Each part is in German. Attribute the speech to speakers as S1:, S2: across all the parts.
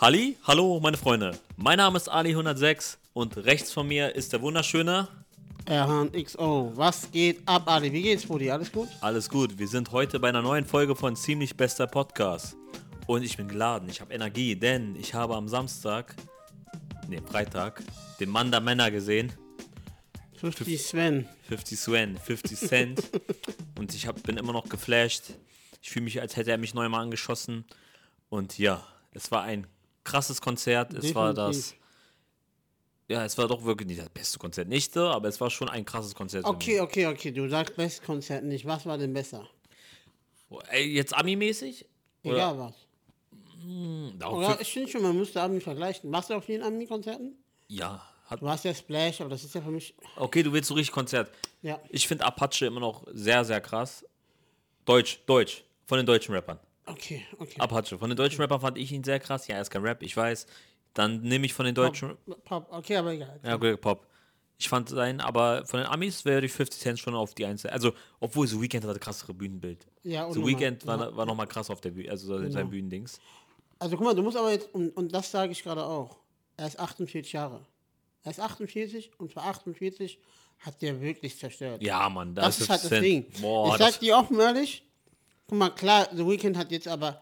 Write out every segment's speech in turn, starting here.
S1: Halli, hallo meine Freunde. Mein Name ist Ali106 und rechts von mir ist der wunderschöne.
S2: Erhan XO, was geht ab, Ali? Wie geht's, Brudi? Alles gut?
S1: Alles gut, wir sind heute bei einer neuen Folge von Ziemlich Bester Podcast. Und ich bin geladen, ich habe Energie, denn ich habe am Samstag, ne Freitag, den Mann der Männer gesehen.
S2: 50 Sven.
S1: 50 Swan, 50 Cent. und ich hab, bin immer noch geflasht. Ich fühle mich, als hätte er mich neunmal angeschossen. Und ja, es war ein krasses Konzert. Es war das.
S2: Definitiv.
S1: Ja, es war doch wirklich nicht das beste Konzert, nicht, aber es war schon ein krasses Konzert. für mich.
S2: Okay, okay, okay. Du sagst Bestkonzert nicht. Was war denn besser?
S1: Ey, Jetzt Ami-mäßig? Oder-
S2: Egal was.
S1: Da auch
S2: Oder
S1: für-
S2: ich finde schon, man müsste Ami vergleichen. Warst du auf vielen Ami-Konzerten?
S1: Ja. Hat,
S2: Du warst ja Splash, aber das ist ja für mich.
S1: okay, du willst so richtig Konzert.
S2: Ja.
S1: Ich finde Apache immer noch sehr, sehr krass. Deutsch, Deutsch. Von den deutschen Rappern.
S2: Okay, okay.
S1: Apache. Von den deutschen Rappern fand ich ihn sehr krass. Ja, er ist kein Rap, ich weiß. Dann nehme ich von den deutschen.
S2: Pop, okay, aber egal.
S1: Ja, Greg Pop. Ich fand seinen, aber von den Amis wäre ich 50 Cent schon auf die Einzel. Also, obwohl The Weeknd hatte das krassere Bühnenbild.
S2: Ja, Genau. und
S1: The
S2: nochmal.
S1: Weeknd war, war nochmal krass auf der Bühne, also sein Bühnendings.
S2: Also guck mal, du musst aber jetzt, und, und das sage ich gerade auch, er ist 48 Jahre. Er ist 48 und für 48 hat der wirklich zerstört.
S1: Ja, Mann, da
S2: Das ist
S1: 50
S2: halt das
S1: Cent.
S2: Ding.
S1: Boah,
S2: ich sag
S1: das,
S2: dir offen ehrlich, guck mal, klar, The Weeknd hat jetzt aber,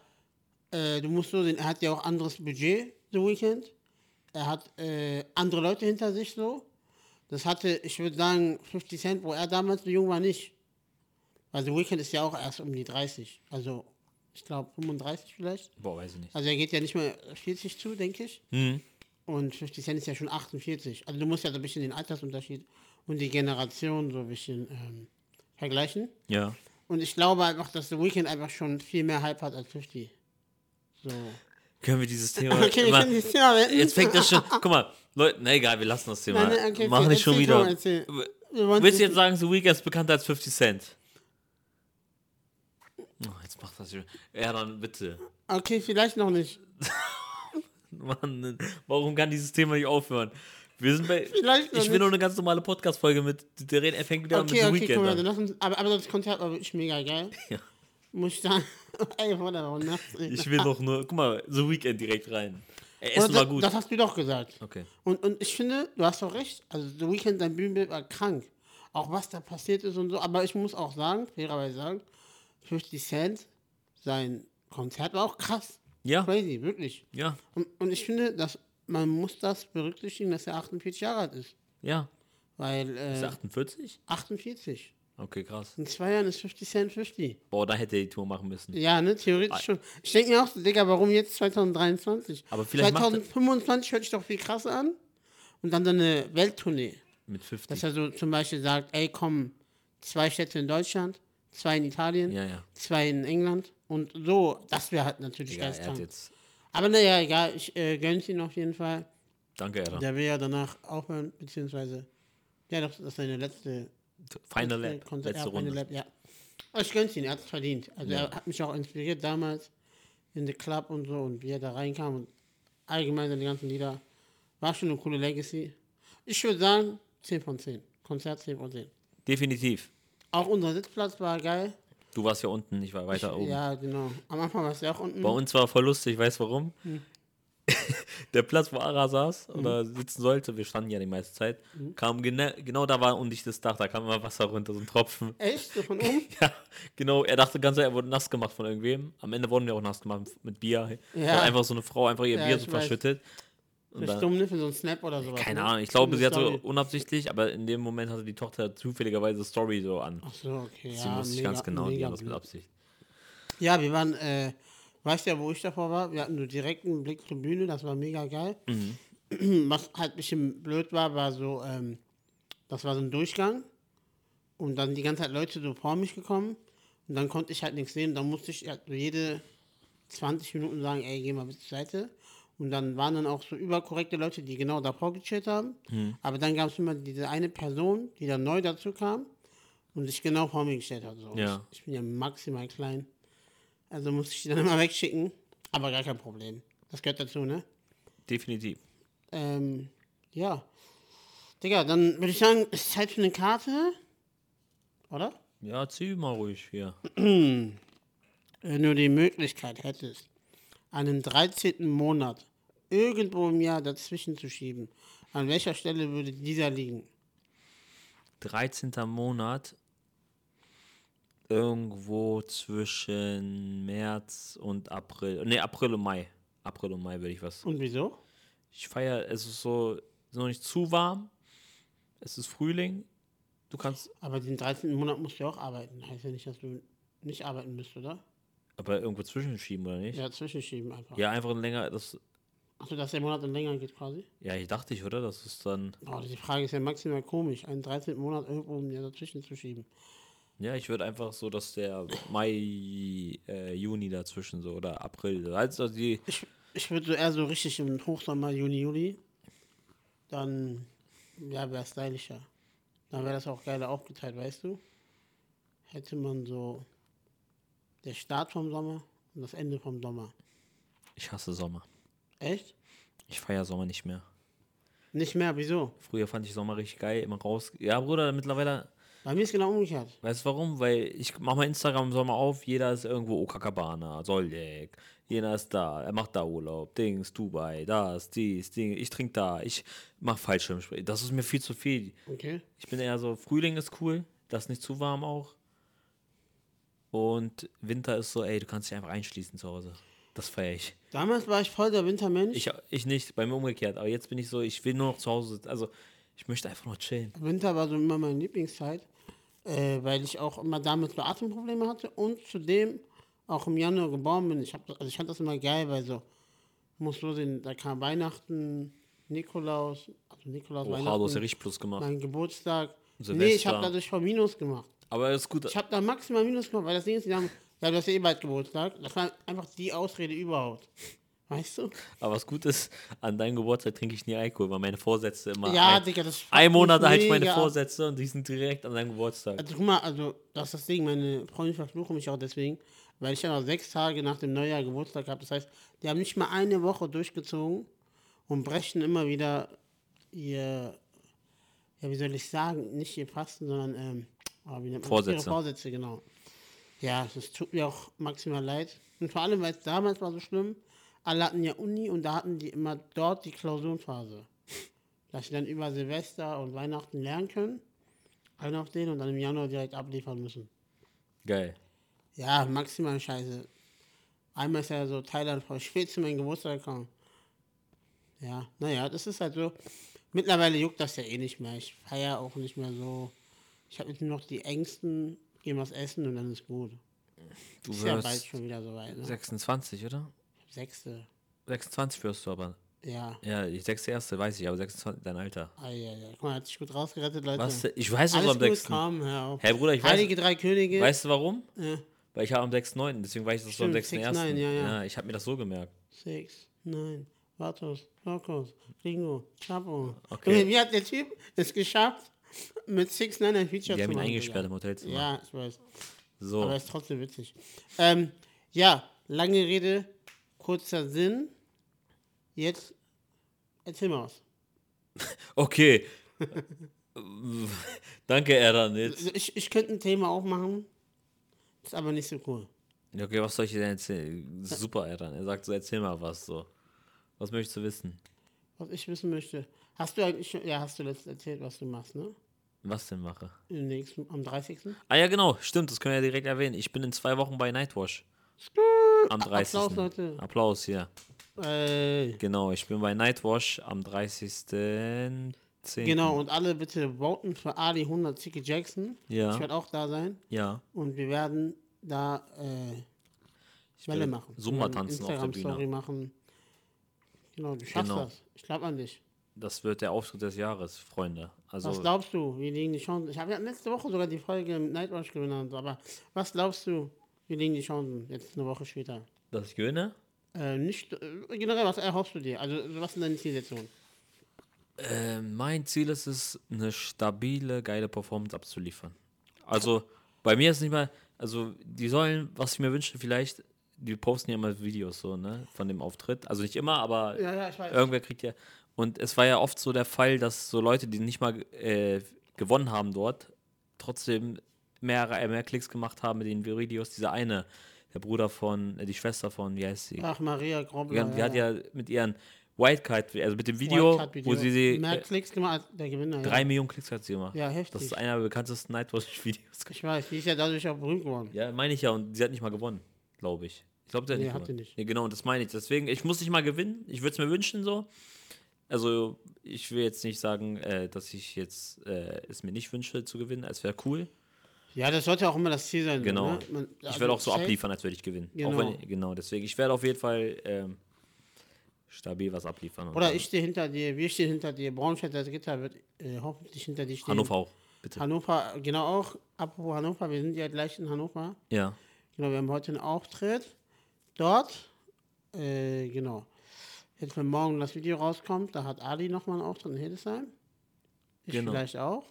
S2: äh, du musst so sehen, er hat ja auch anderes Budget, The Weeknd. Er hat äh, andere Leute hinter sich so. Das hatte, ich würde sagen, 50 Cent, wo er damals so jung war, nicht. Weil The Weeknd ist ja auch erst um die 30. Also, ich glaube, 35 vielleicht.
S1: boah, weiß ich nicht.
S2: Also er geht ja nicht mehr 40 zu, denke ich.
S1: Mhm.
S2: Und 50 Cent ist ja schon 48. Also du musst ja so ein bisschen den Altersunterschied und die Generation so ein bisschen ähm, vergleichen.
S1: Ja.
S2: Und ich glaube einfach, dass The Weeknd einfach schon viel mehr Hype hat als 50. So.
S1: Können wir dieses Thema.
S2: Okay, wir
S1: immer,
S2: können dieses Thema beenden.
S1: jetzt fängt das schon. Guck mal, Leute, na egal, wir lassen das Thema.
S2: Nein, nein, okay,
S1: Mach
S2: okay,
S1: nicht schon
S2: erzähl,
S1: wieder.
S2: komm, erzähl. Wir wollen
S1: Willst du
S2: nicht-
S1: jetzt sagen, The Weeknd ist bekannter als 50 Cent? Oh, jetzt macht das schon. Ja, dann bitte.
S2: Okay, vielleicht noch nicht.
S1: Mann, warum kann dieses Thema nicht aufhören? Wir sind bei.
S2: Vielleicht noch
S1: ich will
S2: nicht.
S1: nur eine ganz normale Podcast-Folge mit. Der Red- er fängt wieder
S2: Okay,
S1: an mit
S2: okay,
S1: dem Weekend.
S2: guck mal, dann
S1: an.
S2: lass uns, aber, aber das Konzert war wirklich mega geil.
S1: Ja.
S2: Muss ich sagen. Ey, Bruder, warum nachts?
S1: Ich will doch nur. Guck mal, The Weekend direkt rein. Ey,
S2: Das,
S1: Essen war gut.
S2: das hast du doch gesagt.
S1: Okay.
S2: Und, und ich finde, du hast doch recht. Also, The Weeknd, sein Bühnenbild war krank. Auch was da passiert ist und so. Aber ich muss auch sagen, fairerweise sagen, 50 Cent, sein Konzert war auch krass.
S1: Ja.
S2: Crazy, wirklich.
S1: Ja,
S2: Und, und ich finde, dass man muss das berücksichtigen, dass er 48 Jahre alt ist.
S1: ja.
S2: Weil,
S1: Ist
S2: äh,
S1: er 48?
S2: 48.
S1: Okay, krass.
S2: In zwei Jahren ist 50 Cent 50.
S1: Boah, da hätte er die Tour machen müssen.
S2: Ja, ne,
S1: Ah.
S2: theoretisch schon. Ich denke mir auch so, Digga, warum jetzt 2023?
S1: Aber vielleicht macht er-
S2: 2025 hört sich doch viel krasser an. Und dann so eine Welttournee.
S1: Mit 50.
S2: Dass er so zum Beispiel sagt, ey, komm, zwei Städte in Deutschland, zwei in Italien,
S1: ja, ja.
S2: zwei in England und so, das wäre halt natürlich
S1: Egal, er hat
S2: geistkrank.
S1: jetzt.
S2: Aber naja, egal, ich äh, gönn's ihm auf jeden Fall.
S1: Danke, Erra.
S2: Der will ja danach aufhören, beziehungsweise, ja, das das ist seine letzte,
S1: Final
S2: letzte
S1: Lab.
S2: Konzert-
S1: Letzte
S2: ja, Final
S1: Runde.
S2: Lab, ja. Aber ich gönn's ihn, er hat's verdient. Also er hat mich auch inspiriert damals in The Club und so und wie er da reinkam und allgemein seine ganzen Lieder. War schon eine coole Legacy. Ich würde sagen, 10 von 10. Konzert 10 von 10.
S1: Definitiv.
S2: Auch unser Sitzplatz war geil.
S1: Du warst ja unten, ich war weiter oben.
S2: Ja, genau. Am Anfang warst du ja auch unten.
S1: Bei uns war voll lustig, weißt du warum?
S2: Hm.
S1: Der Platz, wo Ara saß oder sitzen sollte, wir standen ja die meiste Zeit,
S2: Hm.
S1: kam gena genau da war undichtes Dach, da kam immer Wasser runter, so ein Tropfen.
S2: Echt? So von oben?
S1: ja, genau, er dachte ganz, er wurde nass gemacht von irgendwem. Am Ende wurden wir auch nass gemacht mit Bier.
S2: Ja.
S1: Hat einfach so eine Frau einfach ihr
S2: Ja,
S1: Bier
S2: ich
S1: so
S2: weiß.
S1: verschüttet. Und
S2: Durch
S1: dann,
S2: dumm, ne? Für so einen Snap oder sowas.
S1: keine
S2: ne?
S1: Ahnung, ich glaube,
S2: Dumme
S1: sie hatte
S2: Story.
S1: unabsichtlich, aber in dem Moment hatte die Tochter zufälligerweise Story so an.
S2: Ach so, okay.
S1: Sie
S2: ja,
S1: wusste ich
S2: mega-
S1: ganz genau, die
S2: mega
S1: hat das mit
S2: blöd.
S1: Absicht.
S2: Ja, wir waren, äh, weißt ja, wo ich davor war? Wir hatten so direkten Blick zur Bühne, das war mega geil. Was halt ein bisschen blöd war, war so, ähm, das war so ein Durchgang und dann die ganze Zeit Leute so vor mich gekommen und dann konnte ich halt nichts sehen. Dann musste ich halt so jede 20 Minuten sagen, ey, geh mal bitte zur Seite. Und dann waren dann auch so überkorrekte Leute, die genau davor gechillt haben. Aber dann gab es immer diese eine Person, die dann neu dazu kam und sich genau vor mir gestellt hat. So.
S1: Ja.
S2: Ich, ich bin ja maximal klein. Also musste ich die dann immer wegschicken. Aber gar kein Problem. Das gehört dazu, ne?
S1: Definitiv.
S2: Ähm, ja. Digga, dann würde ich sagen, es ist Zeit für eine Karte. Oder?
S1: Ja, zieh mal ruhig hier.
S2: Wenn du die Möglichkeit hättest, einen 13. Monat irgendwo im Jahr dazwischen zu schieben, an welcher Stelle würde dieser liegen?
S1: 13. Monat irgendwo zwischen März und April. Ne, April und Mai. April und Mai würde ich was.
S2: Und wieso?
S1: Ich feiere, es ist so es ist noch nicht zu warm. Es ist Frühling. Du kannst,
S2: Aber den 13. Monat musst du ja auch arbeiten. Heißt ja nicht, dass du nicht arbeiten müsst, oder?
S1: aber irgendwo zwischenschieben, oder nicht? Ja,
S2: Ja, zwischenschieben einfach.
S1: einfach länger. Das,
S2: Achso, dass der Monat dann länger geht quasi?
S1: ja, ich dachte ich, oder? Das ist dann.
S2: Boah, diese Frage ist ja maximal komisch, einen 13. Monat irgendwo im Jahr dazwischen zu schieben.
S1: Ja, ich würde einfach so, dass der Mai, äh, Juni dazwischen so oder April. Also die.
S2: Ich, ich würde so eher so richtig im Hochsommer, Juni, Juli, dann ja, wäre es stylischer. Dann wäre das auch geiler aufgeteilt, weißt du? Hätte man so der Start vom Sommer und das Ende vom Sommer.
S1: Ich hasse Sommer.
S2: Echt?
S1: Ich feiere Sommer nicht mehr.
S2: Nicht mehr, wieso?
S1: Früher fand ich Sommer richtig geil, immer raus. Ja, Bruder, mittlerweile.
S2: Bei mir ist genau umgekehrt.
S1: Weißt du warum? Weil ich mache mein Instagram im Sommer auf, jeder ist irgendwo Okakabana, Soldek, jener ist da, er macht da Urlaub, Dings, Dubai, das, dies, Ding, ich trinke da, ich mache Fallschirmspringen. Das ist mir viel zu viel.
S2: Okay.
S1: Ich bin eher so, Frühling ist cool, das ist nicht zu warm auch. Und Winter ist so, ey, du kannst dich einfach einschließen zu Hause. Das feiere ich.
S2: Damals war ich voll der Wintermensch.
S1: ich. Ich nicht, bei mir umgekehrt. Aber jetzt bin ich so, ich will nur noch zu Hause sitzen. Also, ich möchte einfach nur chillen.
S2: Winter war so immer meine Lieblingszeit, äh, weil ich auch immer damit so Atemprobleme hatte und zudem auch im Januar geboren bin. Ich, hab, das- also ich fand das immer geil, weil so, muss so sehen, da kam Weihnachten, Nikolaus, also Nikolaus,
S1: Oh, du hast ja
S2: Weihnachten,
S1: richtig Plus gemacht.
S2: mein Geburtstag. Nee, ich
S1: Silvester.
S2: habe dadurch voll Minus gemacht.
S1: Aber das ist gut.
S2: Ich habe da maximal Minus gemacht, weil das Ding ist, die haben, ja, du hast ja eh bald Geburtstag. Das war einfach die Ausrede überhaupt. Weißt du?
S1: Aber was gut ist, an deinem Geburtstag trinke ich nie Alkohol, weil meine Vorsätze immer.
S2: Ja,
S1: Ah, ein,
S2: Digga, das fuckt
S1: Ein
S2: mich
S1: Monat halte ich meine
S2: mega ab.
S1: Vorsätze und die sind direkt an deinem Geburtstag.
S2: Also guck mal, also das ist das Ding, meine Freunde verfluchen mich auch deswegen, weil ich ja noch sechs Tage nach dem Neujahr Geburtstag habe. Das heißt, die haben nicht mal eine Woche durchgezogen und brechen immer wieder ihr, ja wie soll ich sagen, nicht ihr Fasten, sondern ähm, oh, wie nennt man das?
S1: Vorsätze.
S2: Ihre Vorsätze, genau. Ja, das tut mir auch maximal leid. Und vor allem, weil es damals war so schlimm, alle hatten ja Uni und da hatten die immer dort die Klausurenphase. Dass sie dann über Silvester und Weihnachten lernen können einen auf den und dann im Januar direkt abliefern müssen.
S1: Geil.
S2: Ja, maximal scheiße. Einmal ist ja so Thailand voll spät zu meinem Geburtstag gekommen. Ja, naja, das ist halt so. Mittlerweile juckt das ja eh nicht mehr. Ich feiere auch nicht mehr so. Ich habe jetzt nur noch die Ängsten, gehen was essen und dann ist gut.
S1: Du
S2: Ist ja bald
S1: wirst
S2: schon wieder soweit. Ne?
S1: 26, oder?
S2: Sechste.
S1: 26 wirst du aber.
S2: Ja.
S1: Ja, die sechste erste weiß ich, aber 26, dein Alter.
S2: Ah, ja, ja. Guck mal, hat sich gut rausgerettet, Leute.
S1: Was? Ich weiß was
S2: Alles
S1: am
S2: gut,
S1: 6.
S2: komm, hör auf.
S1: Hey Bruder, ich
S2: Heilige
S1: weiß.
S2: drei Könige. ne?
S1: Weißt du warum?
S2: Ja.
S1: Weil ich habe am 6.9., deswegen weiß ich das so am
S2: Stimmt,
S1: 6.1.
S2: 6.9., ja, ja.
S1: ich habe mir das so gemerkt.
S2: Six, nein, Vatos, Locos, Ringo, Chapo.
S1: Okay.
S2: Okay. Wie hat der Typ es geschafft, mit Six Nine ein Feature
S1: Die
S2: zu
S1: haben ihn
S2: machen?
S1: eingesperrt im Hotelzimmer.
S2: Digga? Ja, ich weiß.
S1: So.
S2: Aber ist trotzdem witzig. Ähm, ja, lange Rede, kurzer Sinn. Jetzt erzähl mal was.
S1: Okay. Danke, Erdan. Jetzt.
S2: Also ich, ich könnte ein Thema aufmachen, ist aber nicht so cool.
S1: Okay, was soll ich dir denn erzählen? Super, Erdan. Er sagt so, erzähl mal was so. Was möchtest du wissen?
S2: Was ich wissen möchte. Hast du eigentlich schon, ja, hast du letztens erzählt, was du machst, ne?
S1: Was denn mache?
S2: Im nächsten, am 30.
S1: Ah ja, genau, stimmt, das können wir ja direkt erwähnen. Ich bin in zwei Wochen bei Nightwash. Am 30.
S2: Applaus, Leute.
S1: Applaus, ja.
S2: Ey.
S1: Genau, ich bin bei Nightwash am 30.
S2: Genau, und alle bitte voten für Ali 100 Zicke Jackson.
S1: Ja.
S2: Ich werde auch da sein
S1: Ja.
S2: und wir werden da äh, Welle
S1: werde
S2: machen.
S1: Zumba
S2: Wir werden
S1: tanzen auf der Bühne.
S2: Instagram-Story machen. Genau, du schaffst
S1: Genau.
S2: das. Ich glaube an dich.
S1: Das wird der Auftritt des Jahres, Freunde. Also,
S2: Was glaubst du? Wie liegen die Chancen? Ich habe ja letzte Woche sogar die Folge mit Nightwatch genannt, aber was glaubst du? Wie liegen die Chancen jetzt eine Woche später?
S1: das ich gewinne?
S2: Äh, nicht, äh, generell, was erhoffst du dir? Also, was sind deine Zielsetzungen?
S1: Ähm, mein Ziel ist es, eine stabile, geile Performance abzuliefern. Also, bei mir ist nicht mal, also, die sollen, was ich mir wünsche, vielleicht, die posten ja immer Videos so, ne, von dem Auftritt. Also nicht immer, aber
S2: Ja, ja, ich weiß.
S1: irgendwer kriegt ja. Und es war ja oft so der Fall, dass so Leute, die nicht mal äh, gewonnen haben dort, trotzdem mehrere äh, mehr Klicks gemacht haben mit den Videos. Dieser eine, der Bruder von, äh, die Schwester von, wie heißt sie?
S2: Ach, Maria Grobler.
S1: Die, hat- die hat ja mit ihren Wildcard, also mit dem Video,
S2: Wildcard-Video.
S1: wo sie, sie
S2: Mehr
S1: äh,
S2: Klicks gemacht als der Gewinner. ja.
S1: drei Millionen Klicks hat sie gemacht.
S2: Ja, heftig.
S1: das ist einer der bekanntesten Nightwatch-Videos.
S2: Ich weiß, die ist ja dadurch auch berühmt geworden.
S1: Ja, meine ich ja. Und sie hat nicht mal gewonnen, glaube ich. Ich glaube, sie hat
S2: Nee,
S1: nicht
S2: hat
S1: gewonnen.
S2: sie nicht.
S1: Nee, genau, und das meine ich. Deswegen, ich muss nicht mal gewinnen. Ich würde es mir wünschen so. Also, ich will jetzt nicht sagen, äh, dass ich jetzt äh, es mir nicht wünsche zu gewinnen. Es wäre cool.
S2: Ja, das sollte auch immer das Ziel sein.
S1: Genau.
S2: Ne? Man-
S1: ich
S2: also
S1: werde auch so
S2: safe-
S1: abliefern, als würde ich gewinnen. Genau. Auch
S2: Genau.
S1: wenn, genau, deswegen. Ich werde auf jeden Fall ähm, stabil was abliefern. und
S2: Oder
S1: dann
S2: ich stehe hinter dir, wir stehen hinter dir, Braunschweiger Gitter wird äh, hoffentlich hinter dir stehen.
S1: Hannover auch, bitte.
S2: Hannover, genau auch. Apropos Hannover, wir sind ja gleich in Hannover.
S1: ja.
S2: Genau, wir haben heute einen Auftritt dort. Äh, genau. Jetzt, wenn morgen das Video rauskommt, da hat Ali nochmal einen Auftritt in Hildesheim. Ich
S1: Genau.
S2: vielleicht auch.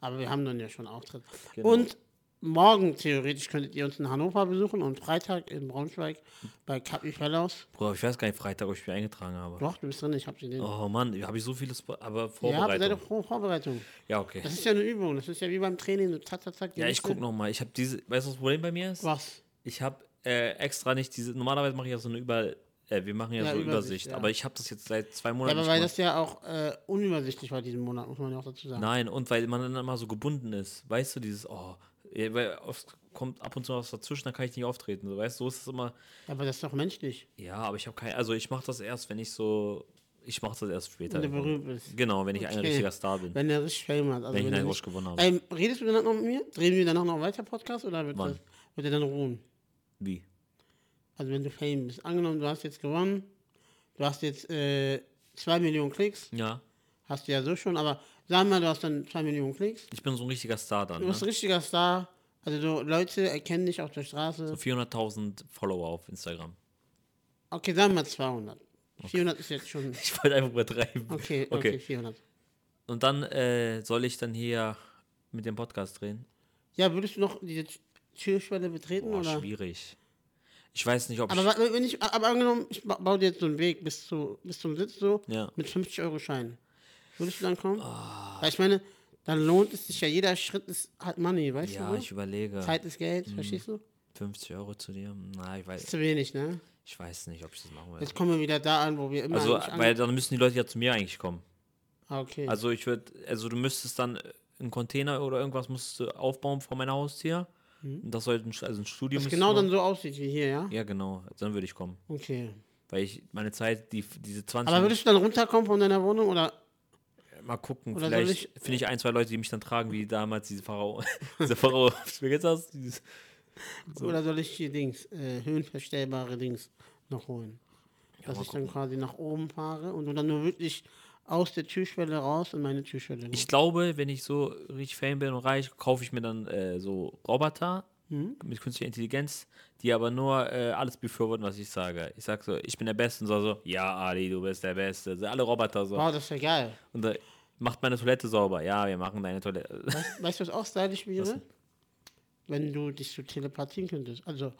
S2: Aber wir haben dann ja schon einen Auftritt.
S1: Genau.
S2: Und morgen theoretisch könntet ihr uns in Hannover besuchen und Freitag in Braunschweig bei Kapi Fellows.
S1: Bruder, ich weiß gar nicht, Freitag, ob ich mich eingetragen habe.
S2: Doch, du bist drin, ich hab sie den.
S1: Oh Mann, habe ich so vieles, aber
S2: ja, habt ihr
S1: Vorbereitung.
S2: doch Vor- Vorbereitung.
S1: Ja, okay.
S2: Das ist ja eine Übung, das ist ja wie beim Training. So zack, zack, zack, die
S1: Ja, ich
S2: Liste.
S1: guck noch mal. Ich habe diese, weißt du, was das Problem bei mir ist?
S2: Was?
S1: Ich habe äh, extra nicht diese. Normalerweise mache ich ja so eine Über, äh, wir machen ja,
S2: Ja,
S1: so Übersicht,
S2: Übersicht, ja.
S1: aber ich habe das jetzt seit zwei
S2: Ja,
S1: Monaten.
S2: aber
S1: nicht
S2: weil
S1: gemacht.
S2: das ja auch äh, unübersichtlich war diesen Monat, muss man ja auch dazu sagen.
S1: Nein, und weil man dann immer so gebunden ist, weißt du, dieses oh, ja, weil oft kommt ab und zu was dazwischen, dann kann ich nicht auftreten, so, weißt du, so ist es immer.
S2: Aber das ist doch menschlich.
S1: Ja, aber ich habe kein, also ich mache das erst, wenn ich so, ich mache das erst später.
S2: Wenn du berühmt bist.
S1: Genau, wenn ich ein
S2: Okay.
S1: richtiger Star bin.
S2: Wenn er richtig Fame hat. Also
S1: Wenn ich
S2: wenn
S1: einen
S2: er
S1: Rush
S2: nicht,
S1: gewonnen habe.
S2: ähm, redest du danach noch mit mir? Drehen wir danach noch weiter Podcast oder wird,
S1: Wann?
S2: das, wird er dann ruhen?
S1: Wie?
S2: Also wenn du Fame bist. Angenommen, du hast jetzt gewonnen. Du hast jetzt äh, 2 Millionen Klicks.
S1: Ja,
S2: Hast du ja so schon, aber sag mal, du hast dann 2 Millionen Klicks.
S1: ich bin so ein richtiger Star dann.
S2: Du
S1: Ne?
S2: bist ein richtiger Star. Also so Leute erkennen dich auf der
S1: So
S2: Straße.
S1: 400.000 Follower auf Instagram.
S2: Okay, sagen wir mal 200. 400 ist jetzt schon.
S1: Ich wollte einfach übertreiben.
S2: Okay, okay, 400.
S1: Und dann äh, soll ich dann hier mit dem Podcast drehen?
S2: Ja, würdest du noch diese Türschwelle betreten
S1: Boah,
S2: oder?
S1: schwierig. Ich weiß nicht, ob
S2: Aber
S1: ich.
S2: wa- wenn ich, aber angenommen, ich ba- baue dir jetzt so einen Weg bis, zu, bis zum Sitz so
S1: Ja.
S2: mit 50 Euro Schein. Würdest du dann kommen?
S1: Ah.
S2: Weil ich meine, dann lohnt es sich ja. Jeder Schritt ist, hat Money, weißt
S1: Ja,
S2: du?
S1: ich Mhm. überlege.
S2: Zeit ist Geld, verstehst du?
S1: 50 Euro zu dir? Na, ich
S2: Ist
S1: weiß,
S2: zu wenig, ne?
S1: ich weiß nicht, ob ich das machen will.
S2: Jetzt kommen wir wieder da an, wo wir immer.
S1: Also,
S2: eigentlich an-
S1: weil dann müssen die Leute ja zu mir eigentlich kommen.
S2: ah, okay.
S1: Also, ich würde, also du müsstest dann äh, einen Container oder irgendwas musst du aufbauen vor meinem Haustür. Und das sollte ein, Stu- also ein Studio.
S2: Mhm. das
S1: müsstest
S2: genau
S1: du
S2: dann
S1: machen.
S2: so aussieht wie hier, ja?
S1: Ja, genau. Dann würde ich kommen.
S2: Okay.
S1: Weil ich meine Zeit, die, diese 20
S2: Aber würdest du dann runterkommen von deiner Wohnung oder
S1: Mal gucken,
S2: Oder soll
S1: vielleicht finde ich ein, zwei Leute, die mich dann tragen, wie damals diese Pharao. diese Pharao. Wie geht's aus? Dieses,
S2: Oder soll ich hier Dings, äh, höhenverstellbare Dings noch holen? Dass
S1: mal
S2: ich dann quasi nach oben fahre und du dann nur wirklich aus der Türschwelle raus in meine Türschwelle.
S1: ich glaube, wenn ich so richtig Fan bin und reich, kaufe ich mir dann äh, so Roboter
S2: Mhm.
S1: mit künstlicher Intelligenz, die aber nur äh, alles befürworten, was ich sage. Ich sag so, ich bin der Beste und so, so ja, Ali, du bist der Beste. So, alle Roboter so.
S2: wow, Ah, das ist ja geil.
S1: Und äh, macht meine Toilette sauber. Ja, wir machen deine Toilette.
S2: Weißt, weißt du, was auch stylisch wäre? Wenn du dich so telepathieren könntest. Also,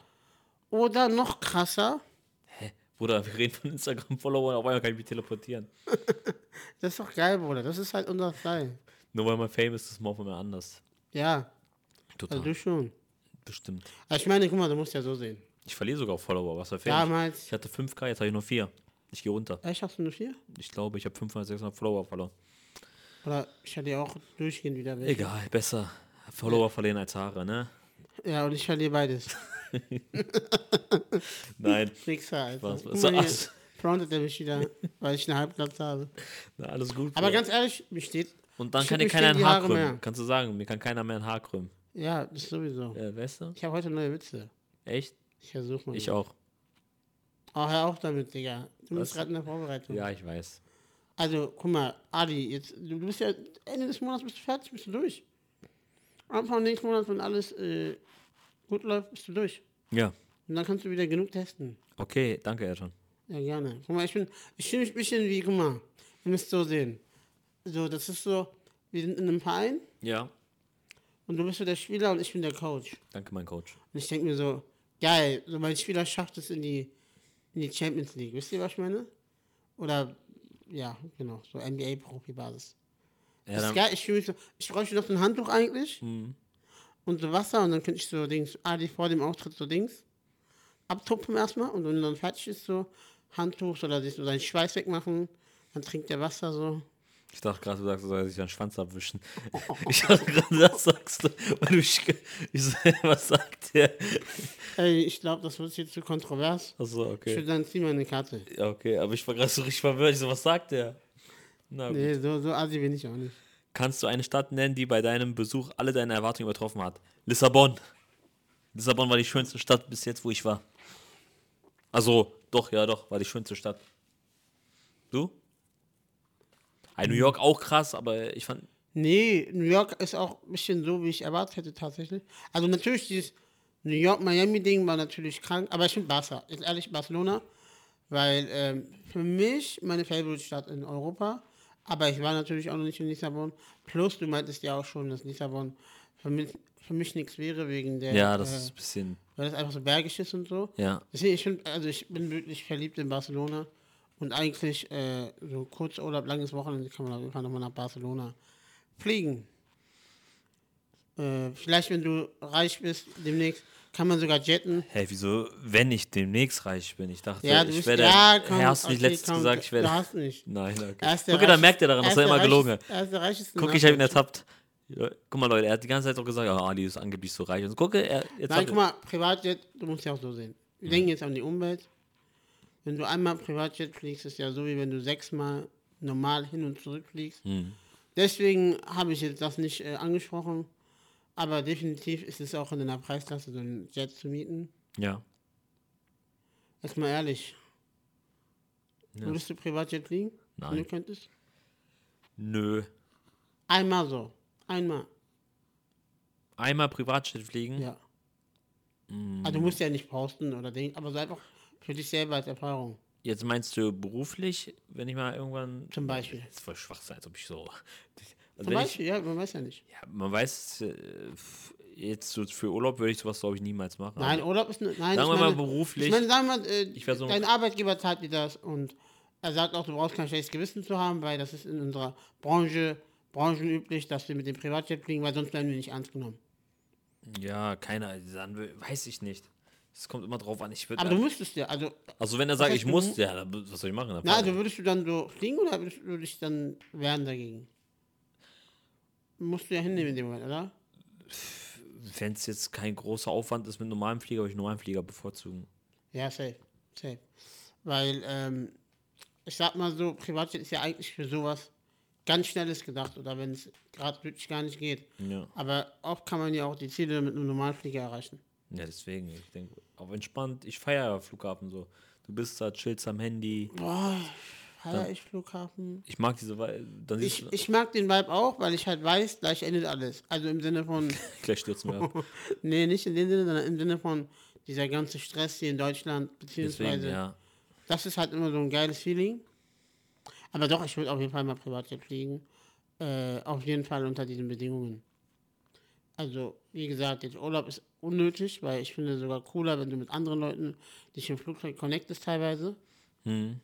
S2: oder noch krasser,
S1: Bruder, wir reden von Instagram-Followern, auf einmal kann ich mich teleportieren.
S2: das ist doch geil, Bruder. Das ist halt unser Style.
S1: Nur weil man Fame ist, ist man auf einmal anders.
S2: Ja,
S1: Total,
S2: also du schon.
S1: bestimmt.
S2: Also ich meine, guck mal, du musst ja so sehen.
S1: Ich verliere sogar auf Follower, was verfehlt.
S2: Damals,
S1: Ich hatte 5k, jetzt habe ich nur 4. Ich gehe runter.
S2: echt, hast du nur vier?
S1: Ich glaube, ich habe 500, 600 Follower verloren.
S2: Oder ich hatte ja auch durchgehend wieder weg.
S1: Egal, besser Follower verlieren als Haare, ne?
S2: Ja, und ich verliere beides.
S1: Nein,
S2: Fixer, Alter.
S1: Was- was-
S2: Guck mal
S1: was?
S2: hier, frontet er mich wieder, weil ich einen Halbplatz habe.
S1: na, alles gut.
S2: Aber
S1: Bro.
S2: ganz ehrlich, mir steht.
S1: Und dann
S2: shit,
S1: kann dir
S2: mir
S1: keiner
S2: stehen
S1: ein
S2: die
S1: Haar
S2: Haare
S1: krümmen.
S2: mehr.
S1: Kannst du sagen, mir kann keiner mehr ein Haar krümmen.
S2: Ja, das sowieso.
S1: Äh, weißt du?
S2: Ich habe heute neue Witze.
S1: Echt?
S2: Ich versuche mal.
S1: Ich auch.
S2: Auch hör auf damit, Digga. Du
S1: Was?
S2: bist gerade in der Vorbereitung.
S1: Ja, ich weiß.
S2: Also, guck mal, Adi, jetzt, du du bist ja Ende des Monats bist du fertig, bist du durch. Anfang nächsten Monats, wenn alles äh, gut läuft, bist du durch.
S1: Ja,
S2: Und dann kannst du wieder genug testen.
S1: okay, danke, Erjan.
S2: Ja, gerne. Guck mal, ich bin, ich fühle mich ein bisschen wie, guck mal, ihr müsst so sehen. So, das ist so, wir sind in einem Verein
S1: Ja,
S2: Und du bist so der Spieler und ich bin der Coach.
S1: danke, mein Coach.
S2: Und ich denke mir so, geil, so mein Spieler schafft es in die, in die Champions League. Wisst ihr, was ich meine? Oder, ja, genau, so NBA-Profi-Basis.
S1: Ja,
S2: das ist
S1: dann, Mhm.
S2: geil, ich fühle mich so, ich bräuchte noch so ein Handtuch eigentlich und so ah, Wasser und dann könnte ich so Dings, Adi vor dem Auftritt so Dings abtupfen erstmal und wenn dann fertig ist so, Handtuch, soll er sich so seinen Schweiß wegmachen, dann trinkt er Wasser so.
S1: Ich dachte gerade, du sagst, du sollst dich den Schwanz abwischen. Ich dachte gerade, das sagst du. Weil du mich, ge- ich so, was sagt der?
S2: Ey, ich glaube, das wird hier zu kontrovers.
S1: Achso,
S2: Ich würde
S1: okay.
S2: dann zieh mal eine Karte.
S1: Ja, okay, aber ich war gerade so richtig verwirrt. Ich so, was sagt der? Na, gut.
S2: Nee, so, so assi bin ich auch nicht.
S1: Kannst du eine Stadt nennen, die bei deinem Besuch alle deine Erwartungen übertroffen hat? Lissabon. Lissabon war die schönste Stadt bis jetzt, wo ich war. Also, doch, ja, doch, war die schönste Stadt. Du? Ah, New York auch krass, aber ich fand.
S2: Nee, New York ist auch ein bisschen so, wie ich erwartet hätte tatsächlich. Also natürlich dieses New York-Miami-Ding war natürlich krank, aber ich finde Barca, jetzt ehrlich Barcelona, weil ähm, für mich meine Favorite-Stadt in Europa, aber ich war natürlich auch noch nicht in Lissabon. Plus, du meintest ja auch schon, dass Lissabon für mich, für mich nichts wäre wegen der,
S1: Ja, das
S2: äh,
S1: ist ein bisschen.
S2: weil das einfach so bergisch ist und so.
S1: Ja.
S2: Deswegen, ich, find, also ich bin wirklich verliebt in Barcelona und eigentlich äh, so kurz Urlaub, langes Wochenende kann man auf jeden Fall nochmal nach Barcelona fliegen. Äh, vielleicht, wenn du reich bist, demnächst kann man sogar jetten.
S1: Hey, wieso, wenn ich demnächst reich bin? Ich dachte,
S2: Ja, du
S1: ich
S2: bist
S1: werde.
S2: ja,
S1: Hey, hast du nicht
S2: okay,
S1: letztens
S2: komm,
S1: gesagt, ich
S2: Du
S1: werde.
S2: hast nicht.
S1: Nein, okay.
S2: Er ist der
S1: Guck, dann
S2: reichste-
S1: merkt er daran,
S2: er
S1: dass
S2: ist
S1: er
S2: der
S1: immer gelogen hat.
S2: reichste- Er ist der reichste.
S1: Guck, ich habe ihn ertappt. Ja, Guck mal, Leute, er hat die ganze Zeit auch gesagt, ja, Ali ist angeblich so reich. Und gucke, er. Jetzt
S2: Nein,
S1: hat-
S2: guck mal, Privatjet, du musst ja auch so sehen. Wir denken jetzt an die Umwelt. Wenn du einmal Privatjet fliegst, ist ja so, wie wenn du sechsmal normal hin und zurück fliegst.
S1: Hm.
S2: Deswegen habe ich jetzt das nicht äh, angesprochen. Aber definitiv ist es auch in einer Preisklasse, so ein Jet zu mieten.
S1: Ja.
S2: Jetzt mal ehrlich.
S1: Ja.
S2: Würdest du Privatjet fliegen?
S1: Nein.
S2: Wenn du könntest?
S1: Nö.
S2: Einmal so. Einmal.
S1: Einmal Privatjet fliegen?
S2: Ja.
S1: Hm.
S2: Also du musst ja nicht posten oder denken, aber so einfach für dich selber als Erfahrung.
S1: Jetzt meinst du beruflich, wenn ich mal irgendwann.
S2: Zum Beispiel.
S1: Das ist voll Schwachsinn, als ob ich so. Also
S2: Zum
S1: wenn ich,
S2: Beispiel, ja, man weiß ja nicht.
S1: ja, man weiß, äh, f- jetzt so für Urlaub würde ich sowas, glaube ich, niemals machen.
S2: Nein, Urlaub ist ne,
S1: Sagen
S2: nein. ich
S1: wir mal
S2: meine-
S1: beruflich.
S2: Ich meine, sagen wir mal, äh,
S1: Ich versuch-
S2: dein Arbeitgeber zahlt dir das und er sagt auch, du brauchst kein schlechtes Gewissen zu haben, weil das ist in unserer Branche branchenüblich, dass wir mit dem Privatjet fliegen, weil sonst werden wir nicht ernst genommen.
S1: Ja, keiner. Dann wö- weiß ich nicht. Es kommt immer drauf an. Ich würd,
S2: Aber du müsstest ja, also,
S1: also wenn er sagt, ich
S2: heißt, du
S1: muss,
S2: mu-
S1: ja, dann, b- was soll ich machen? Dann
S2: na,
S1: fahr ich.
S2: also würdest du dann so fliegen oder würdest du dich dann wehren dagegen? Musst du ja hinnehmen in dem Moment, oder?
S1: Wenn es jetzt kein großer Aufwand ist mit normalem Flieger, würde ich normalen Flieger bevorzugen.
S2: Ja, safe, safe. Weil, ähm, ich sag mal so, Privatjet ist ja eigentlich für sowas ganz Schnelles gedacht oder wenn es gerade wirklich gar nicht geht.
S1: Ja.
S2: Aber oft kann man ja auch die Ziele mit einem Normalflieger erreichen.
S1: Ja, deswegen. Ich denke, auch entspannt. Ich feiere ja Flughafen so. Du bist da, chillst am Handy.
S2: Boah, feier ich Flughafen.
S1: Ich mag diese Wei- Dann siehst
S2: Ich,
S1: du,
S2: ich mag den Vibe auch, weil ich halt weiß, gleich endet alles. Also im Sinne von,
S1: gleich stürzen wir ab.
S2: nee, nicht in dem Sinne, sondern im Sinne von dieser ganze Stress hier in Deutschland, beziehungsweise,
S1: Deswegen, ja.
S2: das ist halt immer so ein geiles Feeling. Aber doch, ich würde auf jeden Fall mal Privatjet fliegen. Äh, auf jeden Fall unter diesen Bedingungen. Also, wie gesagt, jetzt Urlaub ist unnötig, weil ich finde sogar cooler, wenn du mit anderen Leuten dich im Flugzeug connectest teilweise.
S1: Hm.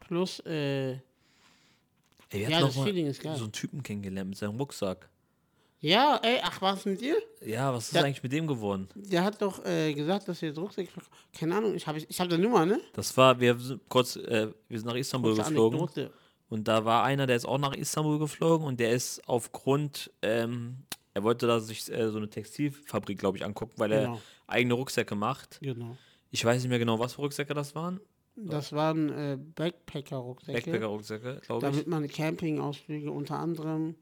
S2: Plus, äh,
S1: Ey, wir
S2: Ja,
S1: hatten
S2: das
S1: auch mal
S2: Feeling ist geil.
S1: so einen Typen kennengelernt mit seinem Rucksack.
S2: ja, ey, ach, was mit dir?
S1: Ja, was ist
S2: Ja.
S1: eigentlich mit dem geworden?
S2: Der hat doch äh, gesagt, dass wir Rucksack verk- Keine Ahnung, ich habe ich hab deine Nummer, ne?
S1: Das war, wir sind kurz, äh, wir sind nach Istanbul
S2: Kurze
S1: geflogen.
S2: Anekdote.
S1: Und da war einer, der ist auch nach Istanbul geflogen und der ist aufgrund, ähm, er wollte da sich äh, so eine Textilfabrik, glaube ich, angucken, weil er
S2: Genau.
S1: eigene Rucksäcke macht.
S2: Genau.
S1: Ich weiß nicht mehr genau, was für Rucksäcke das waren.
S2: Das waren äh, Backpacker-Rucksäcke.
S1: Backpacker-Rucksäcke, glaube ich.
S2: Damit man Campingausflüge unter anderem.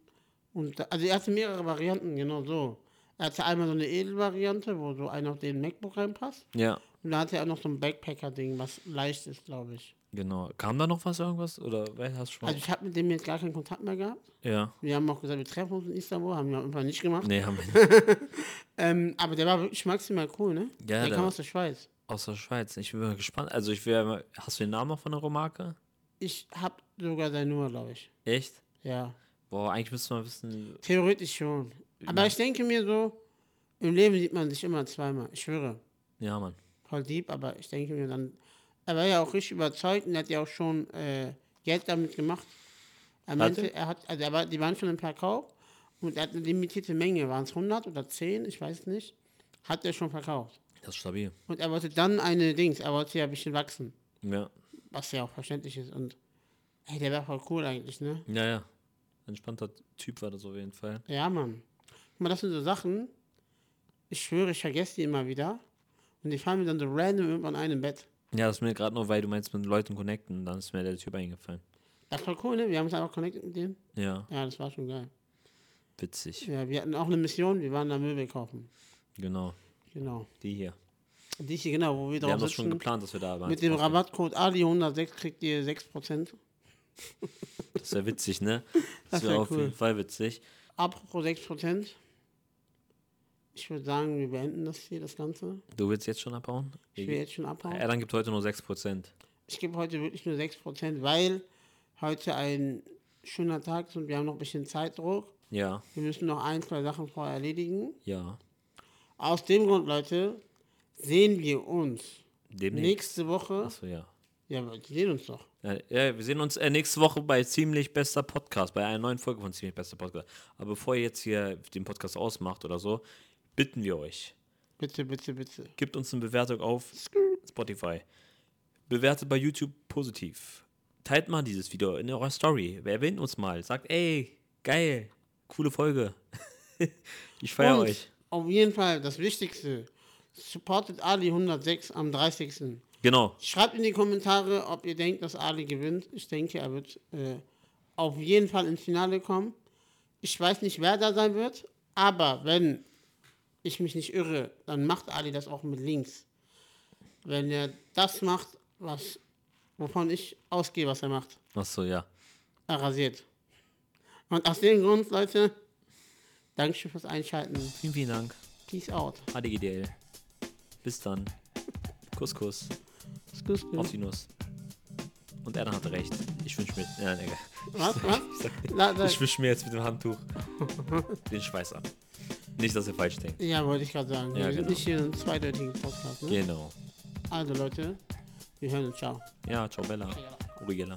S2: Und da, also er hatte mehrere Varianten, genau so. Er hatte einmal so eine Edelvariante, wo so einer auf den MacBook reinpasst.
S1: Ja,
S2: Und da hatte er auch noch so ein Backpacker-Ding, was leicht ist, glaube ich.
S1: genau. Kam da noch was, irgendwas? Oder wer hast du schon?
S2: Also ich habe mit dem jetzt gar keinen Kontakt mehr gehabt.
S1: ja.
S2: Wir haben auch gesagt, wir treffen uns in Istanbul, haben wir auf jeden Fall nicht gemacht.
S1: Nee, haben wir nicht.
S2: Ähm, aber der war wirklich maximal cool, ne?
S1: Ja,
S2: der
S1: der-
S2: kam aus der Schweiz.
S1: Aus der Schweiz. Ich bin mal gespannt. Also, ich wäre. Hast du den Namen noch von der Romarke?
S2: Ich habe sogar seine Nummer, glaube ich.
S1: Echt?
S2: Ja.
S1: Boah, eigentlich müsste man wissen.
S2: Theoretisch schon. Aber ich denke mir so, im Leben sieht man sich immer zweimal. Ich schwöre.
S1: Ja, Mann.
S2: voll deep, aber ich denke mir dann, er war ja auch richtig überzeugt und er hat ja auch schon äh, Geld damit gemacht. Er meinte, er hat, also er war, die waren schon im Verkauf und er hat eine limitierte Menge, waren es 100 oder 10, ich weiß nicht, hat er schon verkauft.
S1: Das ist stabil.
S2: Und er wollte dann eine Dings, er wollte ja ein bisschen wachsen.
S1: Ja.
S2: Was ja auch verständlich ist. Und ey, der war voll cool eigentlich, ne?
S1: Ja, ja. Entspannter Typ war das auf jeden Fall.
S2: Ja, Mann. Guck mal, das sind so Sachen, ich schwöre, ich vergesse die immer wieder. Und die fallen mir dann so random irgendwann ein im Bett.
S1: Ja, das ist mir gerade nur, weil du meinst, mit Leuten connecten, dann ist mir der Typ eingefallen.
S2: Das war cool, ne? Wir haben uns einfach connected mit dem.
S1: Ja,
S2: Ja, das war schon geil.
S1: witzig.
S2: Ja, wir hatten auch eine Mission, wir waren da Möbel kaufen.
S1: Genau,
S2: Genau.
S1: die hier.
S2: Und die hier, genau, wo wir
S1: Wir
S2: drauf
S1: haben das schon
S2: sitzen.
S1: geplant, dass wir da waren.
S2: Mit dem Rabattcode ADI106 kriegt ihr 6%.
S1: Das wäre witzig, ne?
S2: Das
S1: Das
S2: wär
S1: wäre auf
S2: cool.
S1: jeden Fall witzig.
S2: Apropos 6%. Ich würde sagen, wir beenden das hier, das Ganze.
S1: Du willst jetzt schon abhauen?
S2: Ich will jetzt schon abhauen.
S1: Ja, dann gibt heute nur 6%.
S2: Ich gebe heute wirklich nur 6%, weil heute ein schöner Tag ist und wir haben noch ein bisschen Zeitdruck.
S1: Ja,
S2: Wir müssen noch ein, zwei Sachen vorher erledigen.
S1: ja.
S2: Aus dem Grund, Leute, sehen wir uns
S1: Demnächst.
S2: nächste Woche.
S1: Achso, ja.
S2: Ja, aber wir sehen uns doch.
S1: Äh, Ja, wir sehen uns äh, nächste Woche bei Ziemlich Bester Podcast, bei einer neuen Folge von Ziemlich Bester Podcast. Aber bevor ihr jetzt hier den Podcast ausmacht oder so, bitten wir euch,
S2: Bitte, bitte, bitte.
S1: gebt uns eine Bewertung auf Spotify. Bewertet bei YouTube positiv. Teilt mal dieses Video in eurer Story. Wer erwähnt uns mal? Sagt, ey, geil, coole Folge. ich feiere
S2: Und
S1: euch.
S2: Auf jeden Fall das Wichtigste. Supportet Ali 106 am 30.
S1: Genau.
S2: Schreibt in die Kommentare, ob ihr denkt, dass Ali gewinnt. Ich denke, er wird äh, auf jeden Fall ins Finale kommen. Ich weiß nicht, wer da sein wird, aber wenn ich mich nicht irre, dann macht Ali das auch mit links. Wenn er das macht, was, wovon ich ausgehe, was er macht,
S1: Achso, ja.
S2: er rasiert. Und aus dem Grund, Leute, Dankeschön fürs Einschalten.
S1: Vielen, vielen Dank.
S2: Peace out.
S1: HDGDL. Bis dann. Kuss, Kuss.
S2: Tschüss.
S1: Auf die Nuss. Und Erna hatte recht. Ich wünsche mir. Nein, egal.
S2: Was? Was? Na, da,
S1: Ich wische mir jetzt mit dem Handtuch den Schweiß ab. Nicht, dass ihr falsch denkt.
S2: ja, wollte ich gerade sagen.
S1: Ja,
S2: Wir sind
S1: genau.
S2: nicht hier ein zweideutiger Podcast. Ne?
S1: Genau.
S2: Also Leute, wir hören uns. Ciao.
S1: Ja, ciao Bella. Urigella.